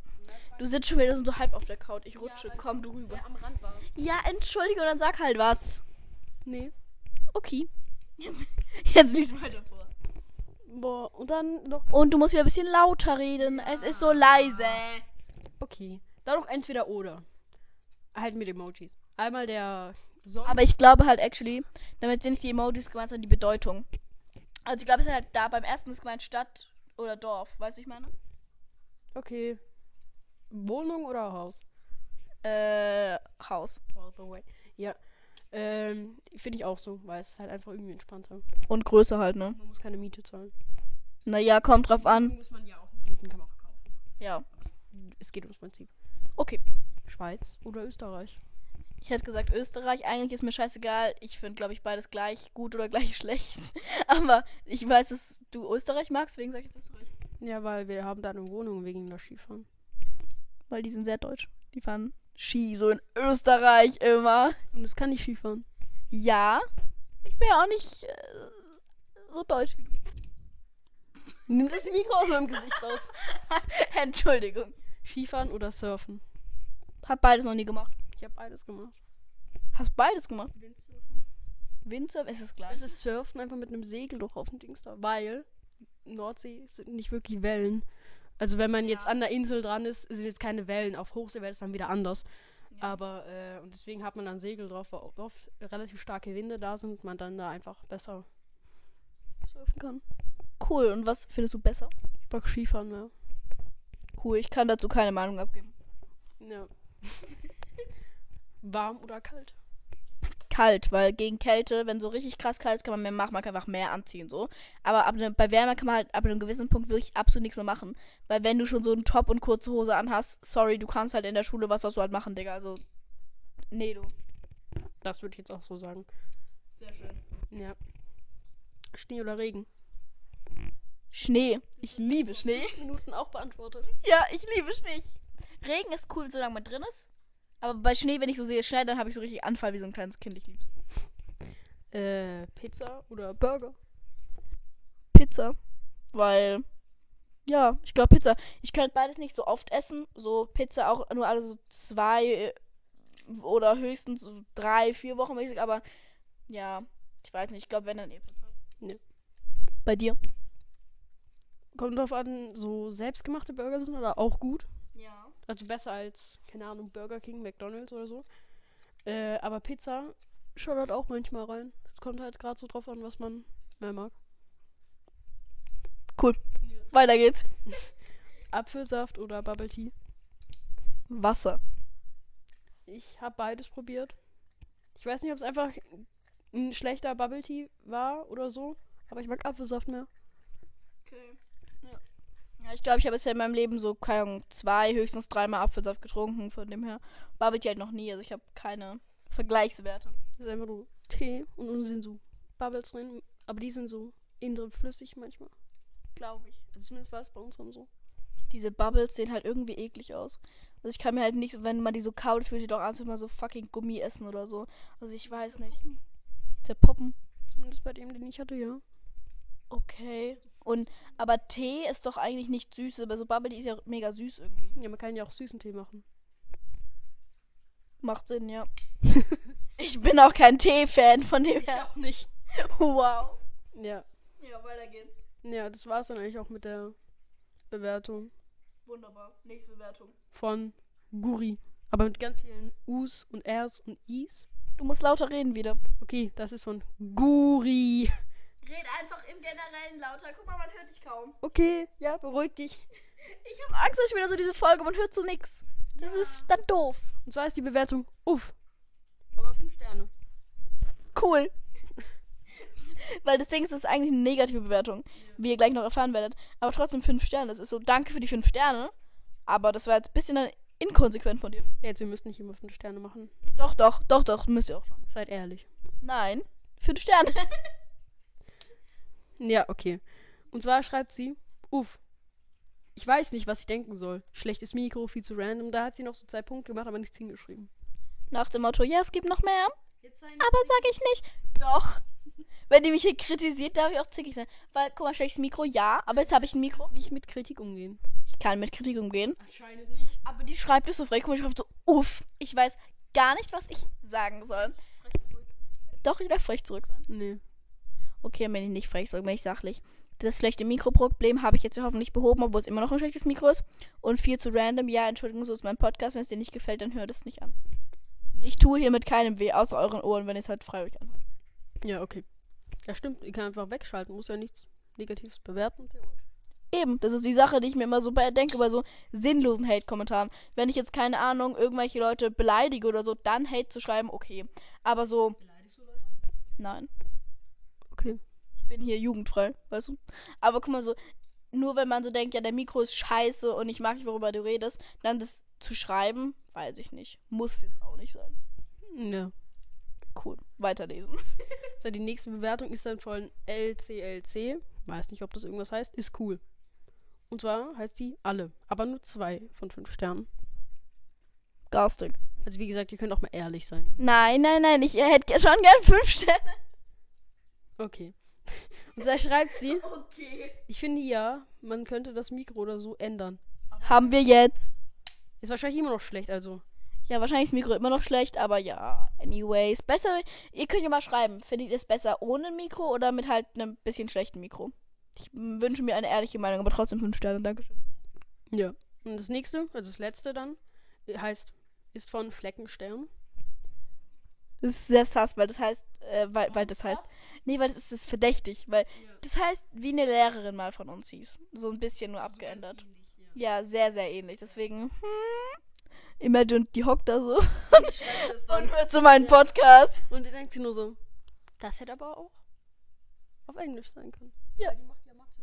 Du sitzt schon wieder so halb auf der Couch. Ich rutsche, komm du rüber. am Rand warst. Ja, entschuldige und dann sag halt was. Nee. Okay. Jetzt, jetzt lies weiter vor. Boah, und dann noch. Und du musst wieder ein bisschen lauter reden. Es ist so leise. Okay. Dann noch entweder oder. Halt mit Emojis. Einmal der Sonne. Aber ich glaube halt, actually, damit sind nicht die Emojis gemeint, sondern die Bedeutung. Also ich glaube, es ist halt da beim ersten ist gemeint Stadt oder Dorf. Weißt du, wie ich meine? okay. Wohnung oder Haus? Äh, Haus. All the way. Ja. Ähm, finde ich auch so, weil es ist halt einfach irgendwie entspannter. Und Größe halt, ne? Man muss keine Miete zahlen. Naja, kommt drauf an. Muss man ja auch nicht mieten, kann man auch kaufen. Ja. Es geht ums Prinzip. Okay. Schweiz oder Österreich? Ich hätte gesagt Österreich, eigentlich ist mir scheißegal. Ich finde, glaube ich, beides gleich gut oder gleich schlecht. Aber ich weiß, dass du Österreich magst, deswegen sage ich jetzt Österreich. Ja, weil wir haben da eine Wohnung wegen der Skifahren. Weil die sind sehr deutsch. Die fahren Ski, so in Österreich immer. Und das kann ich Skifahren. Ja, ich bin ja auch nicht äh, so deutsch wie du. Nimm das Mikro aus meinem Gesicht raus. Entschuldigung. Skifahren oder Surfen? Hab beides noch nie gemacht. Ich habe beides gemacht. Hast beides gemacht? Windsurfen? Windsurfen ist es gleich. Es ist Surfen einfach mit einem Segel doch auf dem Dings da. Weil Nordsee sind nicht wirklich Wellen. Also wenn man jetzt Ja. an der Insel dran ist, sind jetzt keine Wellen. Auf Hochsee wäre es dann wieder anders. Ja. Aber, äh, und deswegen hat man dann Segel drauf, weil o- oft relativ starke Winde da sind und man dann da einfach besser surfen kann. cool. Und was findest du besser? Ich mag Skifahren mehr. Cool, ich kann dazu keine Meinung abgeben. Ja. Warm oder kalt? kalt, weil gegen Kälte, wenn so richtig krass kalt ist, kann man mehr machen, man kann einfach mehr anziehen so. Aber ab ne, bei Wärme kann man halt ab einem gewissen Punkt wirklich absolut nichts mehr machen, weil wenn du schon so einen Top und kurze Hose anhast, sorry, du kannst halt in der Schule was, was du halt machen, Digga. Also nee, du. Das würde ich jetzt auch so sagen. Sehr schön. Ja. Schnee oder Regen? Schnee. Ich liebe Schnee. Minuten auch beantwortet. Ja, ich liebe Schnee. Regen ist cool, solange man drin ist. Aber bei Schnee, wenn ich so sehe, es schneit, dann habe ich so richtig Anfall wie so ein kleines Kind. Ich lieb's. Äh, Pizza oder Burger? Pizza. Weil, ja, ich glaube Pizza. Ich könnte beides nicht so oft essen. So Pizza auch nur alle so zwei äh, oder höchstens so drei, vier Wochen mäßig. Aber ja, ich weiß nicht. Ich glaube, wenn dann eh Pizza. Nee. Bei dir? Kommt drauf an, so selbstgemachte Burger sind oder auch gut. Ja. Also besser als, keine Ahnung, Burger King, McDonalds oder so. Äh, aber Pizza schaut halt auch manchmal rein. Es kommt halt gerade so drauf an, was man mehr mag. Cool. Weiter geht's. Apfelsaft oder Bubble Tea? Wasser. Ich habe beides probiert. Ich weiß nicht, ob es einfach ein schlechter Bubble Tea war oder so, aber ich mag Apfelsaft mehr. Okay. Ja. Ja, ich glaube, ich habe bisher in meinem Leben so, keine Ahnung, zwei, höchstens dreimal Apfelsaft getrunken. Von dem her. Bubble Tea halt noch nie. Also ich habe keine Vergleichswerte. Das ist einfach nur Tee und unten sind so Bubbles drin, aber die sind so innen drin flüssig manchmal. Glaube ich. Also zumindest war es bei uns dann so. Diese Bubbles sehen halt irgendwie eklig aus. Also ich kann mir halt nicht, wenn man die so kaut, fühlt sich doch an, als würde man so fucking Gummi essen oder so. Also ich weiß nicht. Zerpoppen. Zumindest bei dem, den ich hatte, ja. Okay. Und aber Tee ist doch eigentlich nicht süß, aber so Bubble, die ist ja mega süß irgendwie. Ja, man kann ja auch süßen Tee machen. Macht Sinn, ja. ich bin auch kein Tee-Fan von dem her. auch nicht. Wow. Ja. Ja, weiter geht's. Ja, das war es dann eigentlich auch mit der Bewertung Wunderbar. Nächste Bewertung. von Guri. Aber mit ganz vielen Us und Rs und Is. Du musst lauter reden wieder. Okay, das ist von Guri. Red einfach im Generellen lauter. Guck mal, man hört dich kaum. Okay, ja, beruhig dich. Ich habe Angst, dass ich wieder so diese Folge, man hört so nix. Das Ja. ist dann doof. Und zwar ist die Bewertung uff. Aber 5 Sterne. Cool. Weil das Ding ist, das ist eigentlich eine negative Bewertung, wie ihr gleich noch erfahren werdet. Aber trotzdem 5 Sterne. Das ist so, danke für die 5 Sterne. Aber das war jetzt ein bisschen inkonsequent von dir. Ja, jetzt, ihr müsst nicht immer 5 Sterne machen. Doch, doch, doch, doch, müsst ihr auch schon. Seid ehrlich. Nein, 5 Sterne. Ja, okay. Und zwar schreibt sie, uff. Ich weiß nicht, was ich denken soll. Schlechtes Mikro, viel zu random. Da hat sie noch so zwei Punkte gemacht, aber nichts hingeschrieben. Nach dem Motto, ja, es gibt noch mehr, Jetzt sei aber sag ich nicht. Doch. Wenn die mich hier kritisiert, darf ich auch zickig sein. Weil, guck mal, schlechtes Mikro, ja, aber jetzt habe ich ein Mikro. nicht mit Kritik umgehen. Ich kann mit Kritik umgehen. Anscheinend nicht. Aber die schreibt es so frech und ich schreibe so, uff, ich weiß gar nicht, was ich sagen soll. Doch, ich darf frech zurück sein. Nee. Okay, dann bin ich nicht frech zurück, bin ich sachlich. Das schlechte Mikroproblem habe ich jetzt hoffentlich behoben, obwohl es immer noch ein schlechtes Mikro ist. Und viel zu random. Ja, Entschuldigung, so ist mein Podcast. Wenn es dir nicht gefällt, dann hör das nicht an. Ich tue hier mit keinem weh, außer euren Ohren, wenn ihr es halt freiwillig anhört. Ja, okay. Ja, stimmt. Ihr kann einfach wegschalten. Muss ja nichts Negatives bewerten. Eben, das ist die Sache, die ich mir immer so bei denke, bei so sinnlosen Hate-Kommentaren. Wenn ich jetzt, keine Ahnung, irgendwelche Leute beleidige oder so, dann Hate zu schreiben, okay. Aber so, Beleidigst du Leute? nein. Okay. Ich bin hier jugendfrei, weißt du? Aber guck mal so, nur wenn man so denkt, ja, der Mikro ist scheiße und ich mag nicht, worüber du redest, dann das zu schreiben, weiß ich nicht. Muss jetzt auch nicht sein. Ja. Cool, weiterlesen. So, die nächste Bewertung ist dann von LCLC. Weiß nicht, ob das irgendwas heißt. Ist cool. Und zwar heißt die alle. Aber nur zwei von fünf Sternen. Garstig. Also, wie gesagt, ihr könnt auch mal ehrlich sein. Nein, nein, nein, ich hätte schon gern fünf Sterne. Okay. Und da schreibt sie, Okay. ich finde ja, man könnte das Mikro oder so ändern. Haben wir jetzt. Ist wahrscheinlich immer noch schlecht, also. Ja, wahrscheinlich ist Mikro immer noch schlecht, aber ja. Anyways, besser. Ihr könnt ja mal schreiben, findet ihr es besser ohne Mikro oder mit halt einem bisschen schlechten Mikro? Ich m, wünsche mir eine ehrliche Meinung, aber trotzdem 5 Sterne, Dankeschön. Ja. Und das nächste, also das letzte dann, heißt, ist von Fleckenstern. Das ist sehr sass, weil das heißt, äh, weil, weil das heißt. Nee, weil das ist, das ist verdächtig, weil das heißt, wie eine Lehrerin mal von uns hieß. So ein bisschen nur abgeändert. Ja, sehr, sehr ähnlich. Deswegen, hm. Imagine, die hockt da so und hört so meinen Podcast. Und dann denkt sie nur so, das hätte aber auch auf Englisch sein können. Ja. Weil die macht ja Mathe.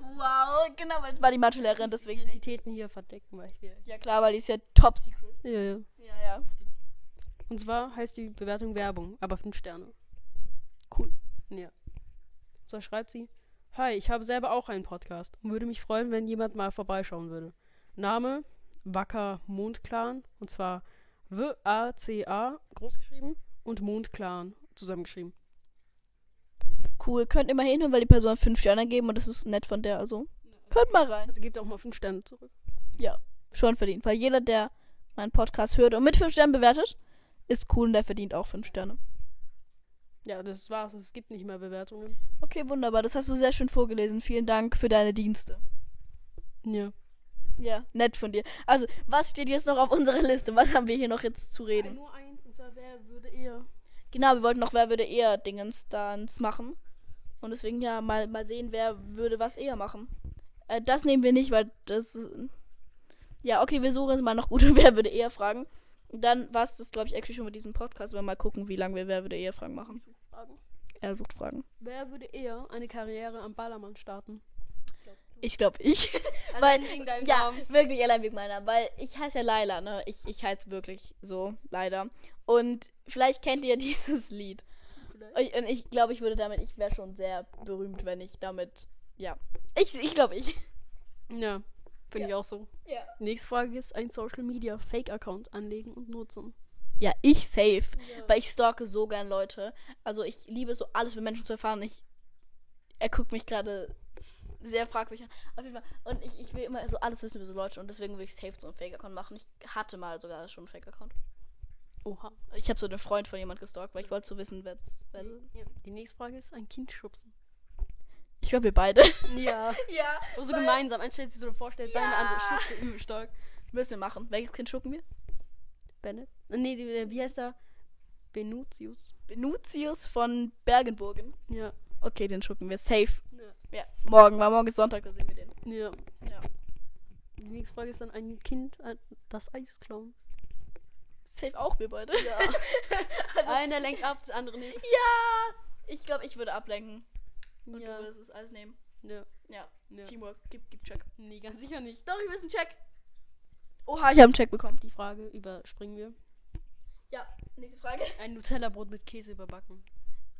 Wow, genau, weil es war die Mathelehrerin, deswegen. Identitäten hier verdecken, weil ich will. Ja klar, weil die ist ja top secret. Ja, ja. Ja, ja. Und zwar heißt die Bewertung Werbung, aber 5 Sterne. Cool. Ja. So schreibt sie: Hi, ich habe selber auch einen Podcast und würde mich freuen, wenn jemand mal vorbeischauen würde. Name: Wacker Mondclan und zwar W-A-C-A großgeschrieben und Mondclan zusammengeschrieben. Cool, könnt immer hinhören, weil die Person fünf Sterne geben und das ist nett von der, also. Hört mal rein. Also gebt auch mal 5 Sterne zurück. Schon verdient, weil jeder, der meinen Podcast hört und mit fünf Sternen bewertet, ist cool und der verdient auch fünf Sterne. Ja, das war's. Es gibt nicht mehr Bewertungen. Okay, wunderbar, das hast du sehr schön vorgelesen. Vielen Dank für deine Dienste. Ja. Ja, nett von dir. Also, was steht jetzt noch auf unserer Liste? Was haben wir hier noch jetzt zu reden? Nur eins und zwar wer würde eher. Genau, wir wollten noch, wer würde eher Dingens Dance machen. Und deswegen ja, mal, mal sehen, wer würde was eher machen. Äh, das nehmen wir nicht, weil das ist... Ja, okay, wir suchen jetzt mal noch gute Wer würde eher fragen. Und dann war es das, glaube ich, actually schon mit diesem Podcast. Wir mal gucken, wie lange wir Wer würde eher fragen machen. Er sucht Fragen. Wer würde eher eine Karriere am Ballermann starten? Ich glaube, ich. Also Weil- wegen deinem ja, Namen. wirklich allein wegen meiner. Weil ich heiße ja Laila, ne? Ich, ich heiße wirklich so, leider. Und vielleicht kennt ihr dieses Lied. Ich- Und ich glaube, ich würde damit, ich wäre schon sehr berühmt, wenn ich damit, ja. Ich, ich glaube, ich. Ja, finde ich auch so. Ja. Nächste Frage ist ein Social Media Fake Account anlegen und nutzen. Ja, ich safe. Weil ich stalke so gern Leute. Also ich liebe so alles mit Menschen zu erfahren. Ich, er guckt mich gerade sehr fragwürdig an. Auf jeden Fall. Und ich, ich will immer so alles wissen über so Leute. Und deswegen will ich safe so einen Fake-Account machen. Ich hatte mal sogar schon einen Fake-Account. Oha. Ich habe so den Freund von jemand gestalkt, weil ich wollte so wissen, wer's, wer. Ja. Die nächste Frage ist ein Kind schubsen. Ich glaube, wir beide. Ja. Ja. Oder so Weil- Also gemeinsam. Eins stellt sich so vorstellt, Ja. ja. beide andere schubst so übel stark. Müssen wir machen. Welches Kind schucken wir? Bennett? Äh, Nee, die- der- wie heißt er? Benutius. Benutius von Bergenburgen. Ja. Okay, den schucken wir. Safe. Ja. Ja. Morgen, weil morgen ist Sonntag, da sehen wir den. Ja. Ja. Die nächste Frage ist dann ein Kind äh, das Eis klauen. Safe auch wir beide. Ja. also, Einer lenkt ab, das andere nicht. ja! Ich glaube, ich würde ablenken. Und du Ja. würdest es alles nehmen. Ja. Ja. ja. Teamwork. Gib, gib Check. Nee, ganz sicher nicht. Doch, ich will einen Check. Oha, ich habe einen Check bekommen. Die Frage überspringen wir. Ja, nächste Frage. Ein Nutella-Brot mit Käse überbacken.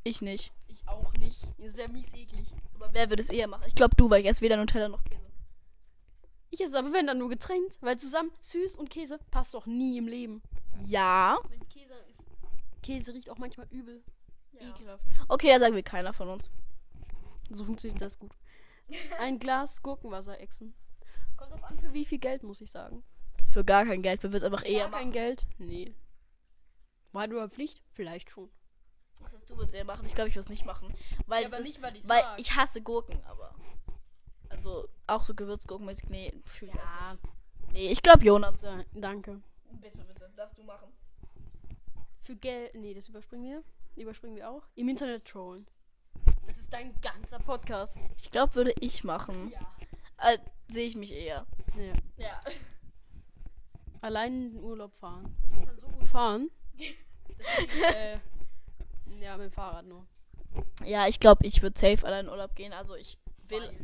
Ich nicht. Ich auch nicht. Ist ja mies eklig. Aber wer würde es eher machen? Ich glaube, du, weil ich esse weder Nutella noch Käse. Ich esse aber wenn dann nur getrennt, weil zusammen süß und Käse passt doch nie im Leben. Ja. Wenn Käse ist. Käse riecht auch manchmal übel. Ekelhaft. Okay, da sagen wir keiner von uns. So funktioniert das gut. Ein Glas Gurkenwasser exen. Kommt drauf an, für wie viel Geld, muss ich sagen. Für gar kein Geld. Wir würden es einfach eher Gar kein machen. Geld? Nee. War du Pflicht? Vielleicht schon. Das heißt, du würdest eher machen. Ich glaube, ich würde es nicht machen. Weil, Ja, es aber ist, nicht, weil ich's weil mag. ich hasse Gurken, aber. Also, auch so Gewürzgurkenmäßig. Nee, fühle ich Ja. erst nicht. Nee, ich glaube, Jonas. Da, danke. Bitte, bitte, darfst du machen. Für Geld. Nee, das überspringen wir. Überspringen wir auch. Im Internet trollen. Das ist dein ganzer Podcast. Ich glaube, würde ich machen. Ja. Äh, Sehe ich mich eher. Nee. Ja. Allein in den Urlaub fahren. Ich kann so gut fahren. Deswegen, äh, ja, mit dem Fahrrad nur. Ja, ich glaube, ich würde safe allein in Urlaub gehen. Also, ich will. Weil-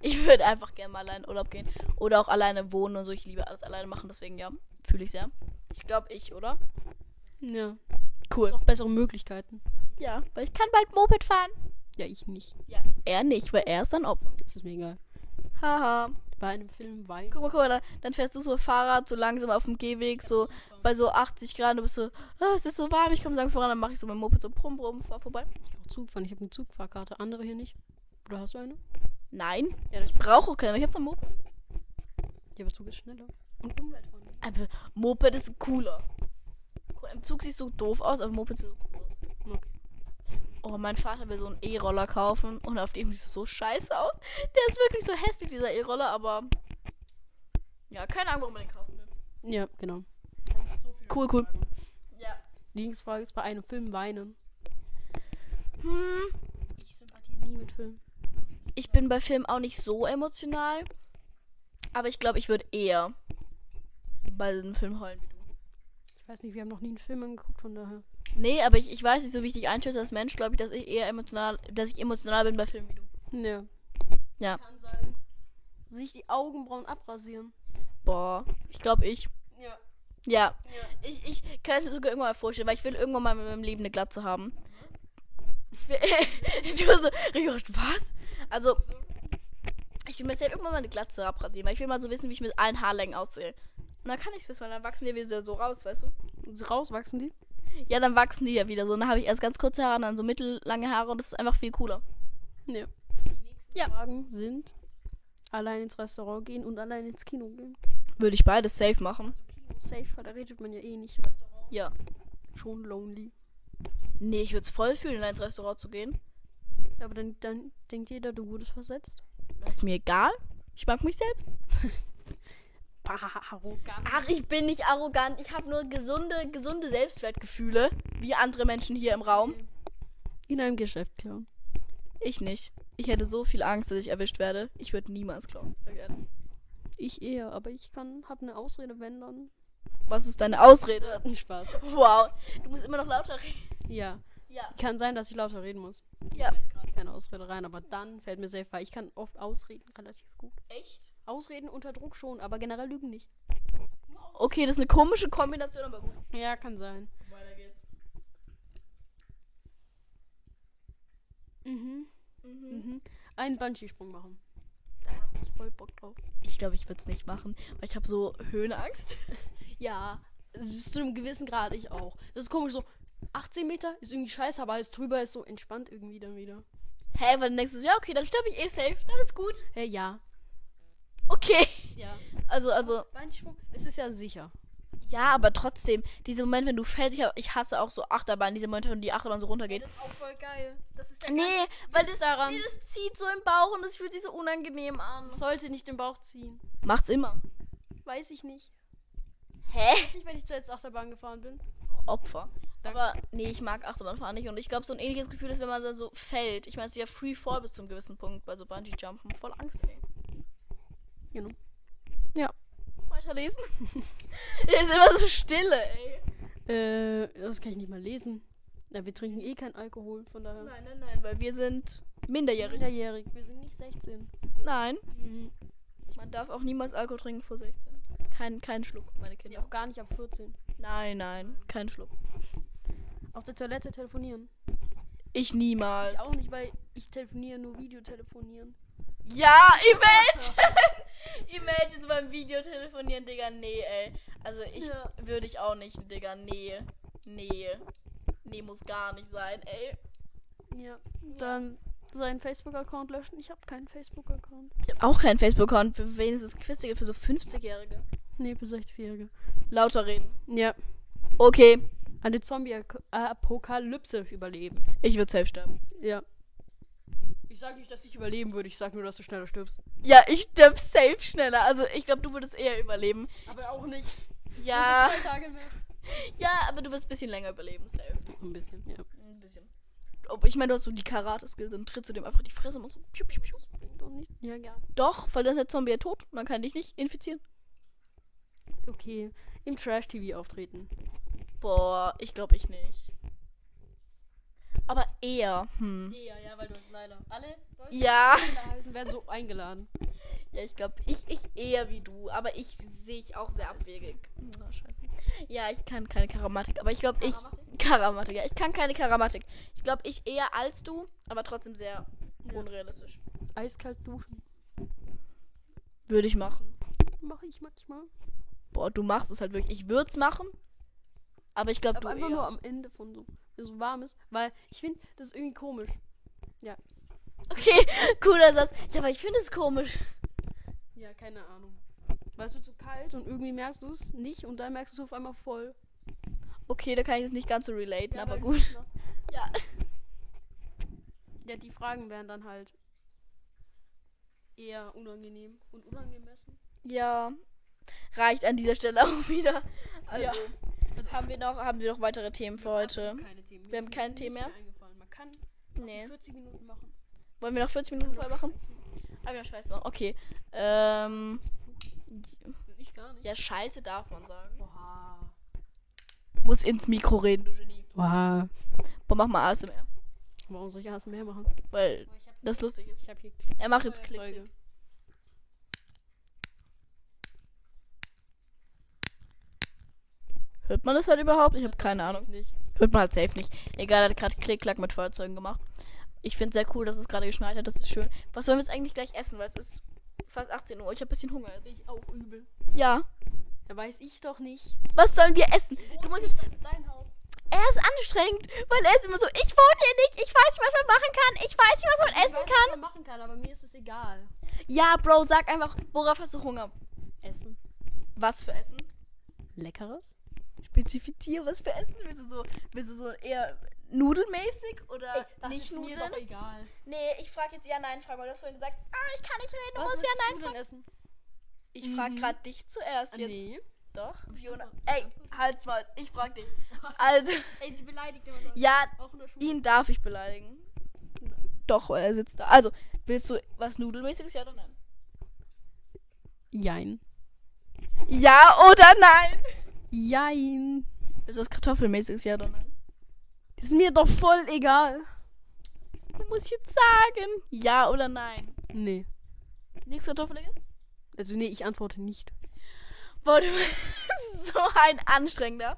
Ich würde einfach gerne mal allein in Urlaub gehen. Oder auch alleine wohnen und so. Ich liebe alles alleine machen, deswegen ja. Fühle ich sehr. Ich glaube, ich, oder? Ja. Cool. Noch bessere Möglichkeiten. Ja, weil ich kann bald Moped fahren. Ja, ich nicht. Ja, er nicht, weil er ist ein Opfer. Das ist mir egal. Haha. Bei einem Film weinen. Guck mal, guck mal, dann, dann fährst du so Fahrrad so langsam auf dem Gehweg, so bei so 80 Grad. Du bist so, ah, es ist so warm, ich komme langsam voran. Dann mache ich so mein Moped so brumm, brumm, fahr vorbei. Ich kann auch Zug fahren. Ich habe eine Zugfahrkarte. Andere hier nicht. Oder hast du eine? Nein, Ja, das ich brauche keine, weil ich habe ein Moped. Ja, aber Zug ist schneller. Und umweltfreundlicher. Aber Moped ist cooler. Cool, Im Zug siehst du doof aus, aber Moped sieht so cool aus. Okay. Oh, mein Vater will so einen E-Roller kaufen und auf dem sieht es so scheiße aus. Der ist wirklich so hässlich, dieser E-Roller, aber. Ja, keine Ahnung, warum man den kaufen will. Ja, genau. Cool, cool. Ja. Lieblingsfrage ist bei einem Film weinen. Hm, Ich sympathie nie mit Filmen. ich bin bei Filmen auch nicht so emotional. Aber ich glaube, ich würde eher bei einem Film heulen wie du. Ich weiß nicht, wir haben noch nie einen Film angeguckt, von daher. Nee, aber ich, ich weiß nicht, so wie ich dich einschätze als Mensch, glaube ich, dass ich eher emotional, dass ich emotional bin bei Filmen wie du. Ja. Ja. Kann sein. Sich die Augenbrauen abrasieren. Boah, ich glaube ich. Ja. Ja, Ja. ich, ich kann es mir sogar irgendwann mal vorstellen, weil ich will irgendwann mal in meinem Leben eine Glatze haben. Ich will, ich war so, richtig überrascht, was? Also, ich will mir selbst irgendwann mal eine Glatze abrasieren, weil ich will mal so wissen, wie ich mit allen Haarlängen aussehe. Und dann kann ich es wissen, weil dann wachsen die wieder so raus, weißt du? Rauswachsen die? Ja, dann wachsen die ja wieder so. Und dann habe ich erst ganz kurze Haare, und dann so mittellange Haare und das ist einfach viel cooler. Ja. Ja. Fragen sind allein ins Restaurant gehen und allein ins Kino gehen. Würde ich beides safe machen. Also Kino safe, weil da redet man ja eh nicht. Restaurant. Ja. Schon lonely. Nee, ich würde es voll fühlen, in ein Restaurant zu gehen. Aber dann, dann denkt jeder, du wurdest versetzt. Ist mir egal. Ich mag mich selbst. Arrogant. Ach, ich bin nicht arrogant. Ich habe nur gesunde, gesunde Selbstwertgefühle, wie andere Menschen hier im Raum. In einem Geschäft klauen. Ich nicht. Ich hätte so viel Angst, dass ich erwischt werde. Ich würde niemals klauen. Sag ehrlich. Ich eher, aber ich kann, hab eine Ausrede, wenn dann. Was ist deine Ausrede? Spaß. Wow, du musst immer noch lauter reden. Ja. Ja. Kann sein, dass ich lauter reden muss. Ja. Mir fällt gerade keine Ausrede rein, aber dann fällt mir safe, weil ich kann oft Ausreden relativ gut. Echt? Ausreden unter Druck schon, aber generell lügen nicht. Okay, das ist eine komische Kombination, aber gut. Ja, kann sein. Weiter geht's. Mhm. Mhm. Mhm. Einen Bungee-Sprung machen. Da hab Ich voll Bock drauf. Ich glaube, ich würde es nicht machen, weil ich habe so Höhenangst. Ja, bis zu einem gewissen Grad ich auch. Das ist komisch, so 18 Meter ist irgendwie scheiße, aber alles drüber ist so entspannt irgendwie dann wieder. Hä, weil dann denkst du, so, ja, okay, dann sterbe ich eh safe. Dann ist gut. Hey, ja. Okay. Ja. Also, also, Bungee-Sprung, es ist ja sicher. ja, aber trotzdem, dieser Moment, wenn du fällst, ich, hab- ich hasse auch so Achterbahn, diese Momente, wenn die Achterbahn so runtergeht. Das ist auch voll geil. Das ist der Nee, weil das, daran. nee, das zieht so im Bauch und es fühlt sich so unangenehm an. ganze- Sollte nicht den Bauch ziehen. Macht's immer. Weiß ich nicht. Hä? Nicht, wenn ich zuletzt Achterbahn gefahren bin. Opfer. Danke. Aber nee, ich mag Achterbahnfahren nicht. Und ich glaube, so ein ähnliches Gefühl ist, wenn man dann so fällt. Ich meine, es ist ja Free Fall bis zum gewissen Punkt bei so Bungee-Jumpen. Voll Angst, ey. Genau. Weiterlesen. Hier ist immer so Stille, ey. Äh, das kann ich nicht mal lesen. Na, wir trinken eh keinen Alkohol, von daher. Nein, nein, nein, weil wir sind minderjährig. Minderjährig, Mhm. wir sind nicht 16. Nein, man darf auch niemals Alkohol trinken vor 16. Kein, kein Schluck, meine Nee, Kinder. auch gar nicht ab 14. Nein, nein, kein Schluck. Auf der Toilette telefonieren. Ich niemals. Ich auch nicht, weil ich telefoniere nur Videotelefonieren. Ja, imagine! imagine so beim Video telefonieren, Digga, nee, ey. Also ich Ja. würde ich auch nicht, Digga, nee. Nee. Nee, muss gar nicht sein, ey. Ja. Dann seinen Facebook-Account löschen. Ich habe keinen Facebook-Account. Ich habe auch keinen Facebook-Account. Für wen ist das Quiz, Digga? Für so 50-Jährige. Nee, für 60-Jährige. Lauter reden. Ja. Okay, Eine Zombie-Apokalypse überleben. ich würde safe sterben. Ja. Ich sage nicht, dass ich überleben würde. Ich sage nur, dass du schneller stirbst. Ja, ich sterb safe schneller. Also ich glaube, du würdest eher überleben. Aber auch nicht. Ja. Zwei Tage mehr. Ja, aber du wirst ein bisschen länger überleben, safe. Ein bisschen, ja. Ein bisschen. Ob, ich meine, du hast so die Karate-Skills, dann trittst du dem einfach die Fresse und machst so. Piu, piu, piu. Doch nicht. Ja, ja. Doch, weil dann ist der Zombie ja tot und dann kann dich nicht infizieren. Okay. Im Trash-TV auftreten. Boah, ich glaube ich nicht. Aber eher, hm. Ja, ja, weil du hast leider. Alle Leute, Ja. die werden so eingeladen. Ja, ich glaube, ich, ich eher wie du, aber ich sehe ich auch sehr abwegig. Na, scheiße. Ja, ich kann keine Karamatik, aber ich glaube, ich. Karamatik? Karamatik, ja, ich kann keine Karamatik. Ich glaube, ich eher als du, aber trotzdem sehr Ja. unrealistisch. Eiskalt duschen. Würde ich machen. Mache ich manchmal. Boah, du machst es halt wirklich. Ich würde es machen, aber ich glaube, du Aber einfach eher. nur am Ende von so, wenn so warm ist. Weil ich finde, das ist irgendwie komisch. Okay, cooler Satz. Ja, aber ich finde es komisch. Ja, keine Ahnung. Weißt du, zu kalt und irgendwie merkst du es nicht und dann merkst du es auf einmal voll. Okay, da kann ich es nicht ganz so relaten, Ja, aber weil du gut. es nass- Ja. Ja, die Fragen wären dann halt eher unangenehm und unangemessen. Ja. Reicht an dieser Stelle auch wieder. Also, Ja. Also haben wir noch haben wir noch weitere Themen für heute? absolut keine Themen. Mir Wir ist haben keine nichts Themen mehr? eingefallen. Man kann Nee. 40 Minuten machen. Wollen wir noch 40 Minuten voll machen? Scheiße. Ah, ja, scheiße. machen. Okay. Ähm Ich gar nicht. ja, scheiße darf man sagen. Oha. Muss ins Mikro reden, du Genie. Oha. Boah, mach mal ASMR, Warum soll ich erst mehr machen? weil Ich hab, das lustig ist. ich hab hier Klick. Er macht jetzt Klick. Feuerzeuge. Klick. Hört man das halt überhaupt? Ich habe keine Safe Ahnung. Nicht. Hört man halt safe nicht. Egal, er hat gerade Klick-Klack mit Feuerzeugen gemacht. Ich finde sehr cool, dass es gerade geschneit hat. Das ist schön. Was wollen wir jetzt eigentlich gleich essen? Weil es ist fast 18 Uhr. Ich habe ein bisschen Hunger. Jetzt. Ich auch übel. Ja. Da weiß ich doch nicht. Was sollen wir essen? Du musst jetzt. das ist dein Haus. Er ist anstrengend, weil er ist immer so: Ich wohne hier nicht. Ich weiß nicht, was man machen kann. Ich weiß nicht, was man ich weiß, essen Was kann. man machen kann, aber mir ist es egal. Ja, Bro, sag einfach, worauf hast du Hunger? Essen. Was für Essen? Leckeres? Spezifizier, was für Essen? Willst du so, willst du so eher nudelmäßig oder das nicht ist mir Nudeln? doch egal. Nee, ich frage jetzt Ja-Nein-Fragen, weil du hast vorhin gesagt, ah, ich kann nicht reden, du Was musst würdest du Ja-Nein denn essen? Ich frag Mhm. grad dich zuerst Ah, jetzt. Nee. Doch, Fiona. antworte- ich Ey, antworte. halt's mal. Ich frag dich. Also, Ey, sie beleidigt immer Leute. ja, Auch in der Schule. ihn darf ich beleidigen. Doch, er sitzt da. Also, willst du was Nudelmäßiges, ja oder nein? Jein. Ja oder nein? Jein. Willst du was Kartoffelmäßiges, ja oder nein? Ist mir doch voll egal. Du musst jetzt sagen, ja oder nein. Nee. Nichts Kartoffeliges? Also nee, ich antworte nicht. Boah, du bist so ein anstrengender.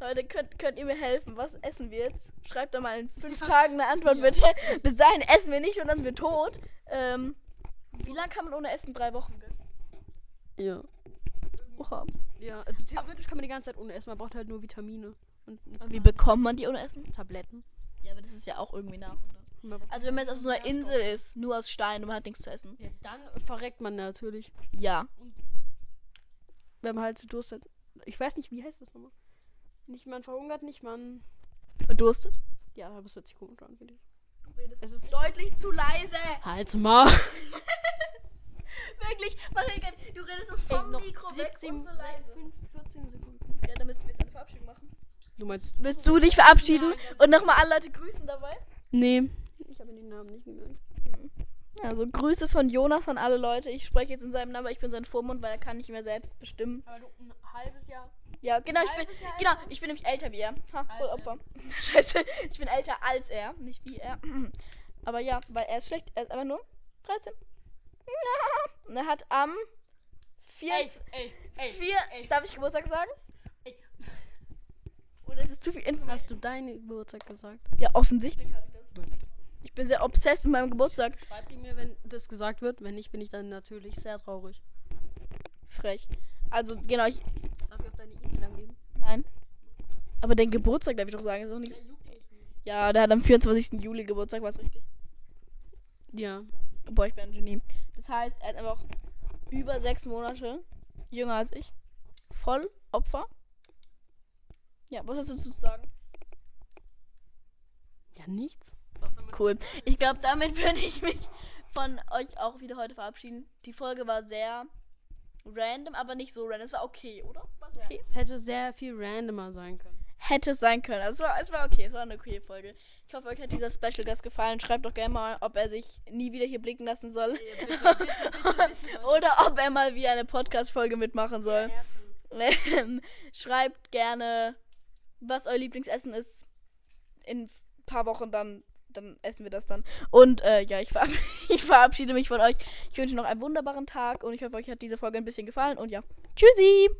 Leute, könnt, könnt ihr mir helfen? Was essen wir jetzt? Schreibt doch mal in fünf Tagen eine Antwort Ja. bitte. Bis dahin essen wir nicht und dann sind wir tot. Ähm, wie lange kann man ohne Essen? Drei Wochen, gell? Ja. Oha. Ja, also theoretisch kann man die ganze Zeit ohne essen. Man braucht halt nur Vitamine. Und, Und wie bekommt man die ohne Essen? Tabletten. Ja, aber das ist ja auch irgendwie nach. Und man braucht- Also wenn man jetzt auf so einer Insel ist, nur aus Stein und man hat nichts zu essen. Ja, dann verreckt man natürlich. Ja. Wenn man halt zu Durst hat. Ich weiß nicht, wie heißt das nochmal? Nicht man verhungert, nicht man. Verdurstet? Ja, aber es hört sich komisch an, finde ich. Es ist deutlich zu leise. Halt's mal! Wirklich, man hört gar nicht- du redest so vom Mikro weg und so leise. 5, 14 Sekunden. Ja, dann müssen wir jetzt eine Verabschiedung machen. Du meinst. Willst du dich verabschieden und nochmal alle Leute grüßen dabei? Nee. Ich habe den Namen nicht gemerkt. Also Grüße von Jonas an alle Leute. Ich spreche jetzt in seinem Namen, aber ich bin sein Vormund, weil er kann nicht mehr selbst bestimmen. Aber du ein halbes Jahr. Ja, genau, ich Ein bin halbes Jahr genau, älter. ich bin nämlich älter wie er. Ha, Als voll er. Opfer. Scheiße, ich bin älter als er, nicht wie er. Aber ja, weil er ist schlecht, er ist einfach nur 13. Und er hat am 4. Ey, ey, ey. vier, ey. darf ich Geburtstag sagen? Ey. Oder ist es zu viel Info? Hast du deinen Geburtstag gesagt? Ja, offensichtlich habe ich das. Ich bin sehr obsessed mit meinem Geburtstag. Schreibt die mir, wenn das gesagt wird. Wenn nicht, bin ich dann natürlich sehr traurig. Frech. Also, genau, ich. Darf ich auch deine E-Mail angeben? Nein. Aber den Geburtstag darf ich doch sagen, ist doch nicht. juckt mich nicht. Ja, der hat am 24. Juli Geburtstag, war's richtig. Ja. Boah, ich bin ein Genie. Das heißt, er hat einfach über sechs Monate jünger als ich. Voll Opfer. Ja, was hast du zu sagen? Ja, nichts. Cool. Ich glaube, damit würde ich mich von euch auch wieder heute verabschieden. Die Folge war sehr random, aber nicht so random. Es war okay, oder? War's okay? Es hätte sehr viel randomer sein können. Hätte es sein können. Also, es, war, es war okay, es war eine coole Folge. Ich hoffe, euch hat dieser Special Guest gefallen. Schreibt doch gerne mal, ob er sich nie wieder hier blicken lassen soll. Ja, bitte, bitte, bitte, bitte. Oder ob er mal wieder eine Podcast-Folge mitmachen soll. Erstens. Ähm, Schreibt gerne, was euer Lieblingsessen ist. In ein paar Wochen dann, dann essen wir das dann. Und äh, ja, ich, verab ich verabschiede mich von euch. Ich wünsche noch einen wunderbaren Tag und ich hoffe, euch hat diese Folge ein bisschen gefallen. Und ja, tschüssi!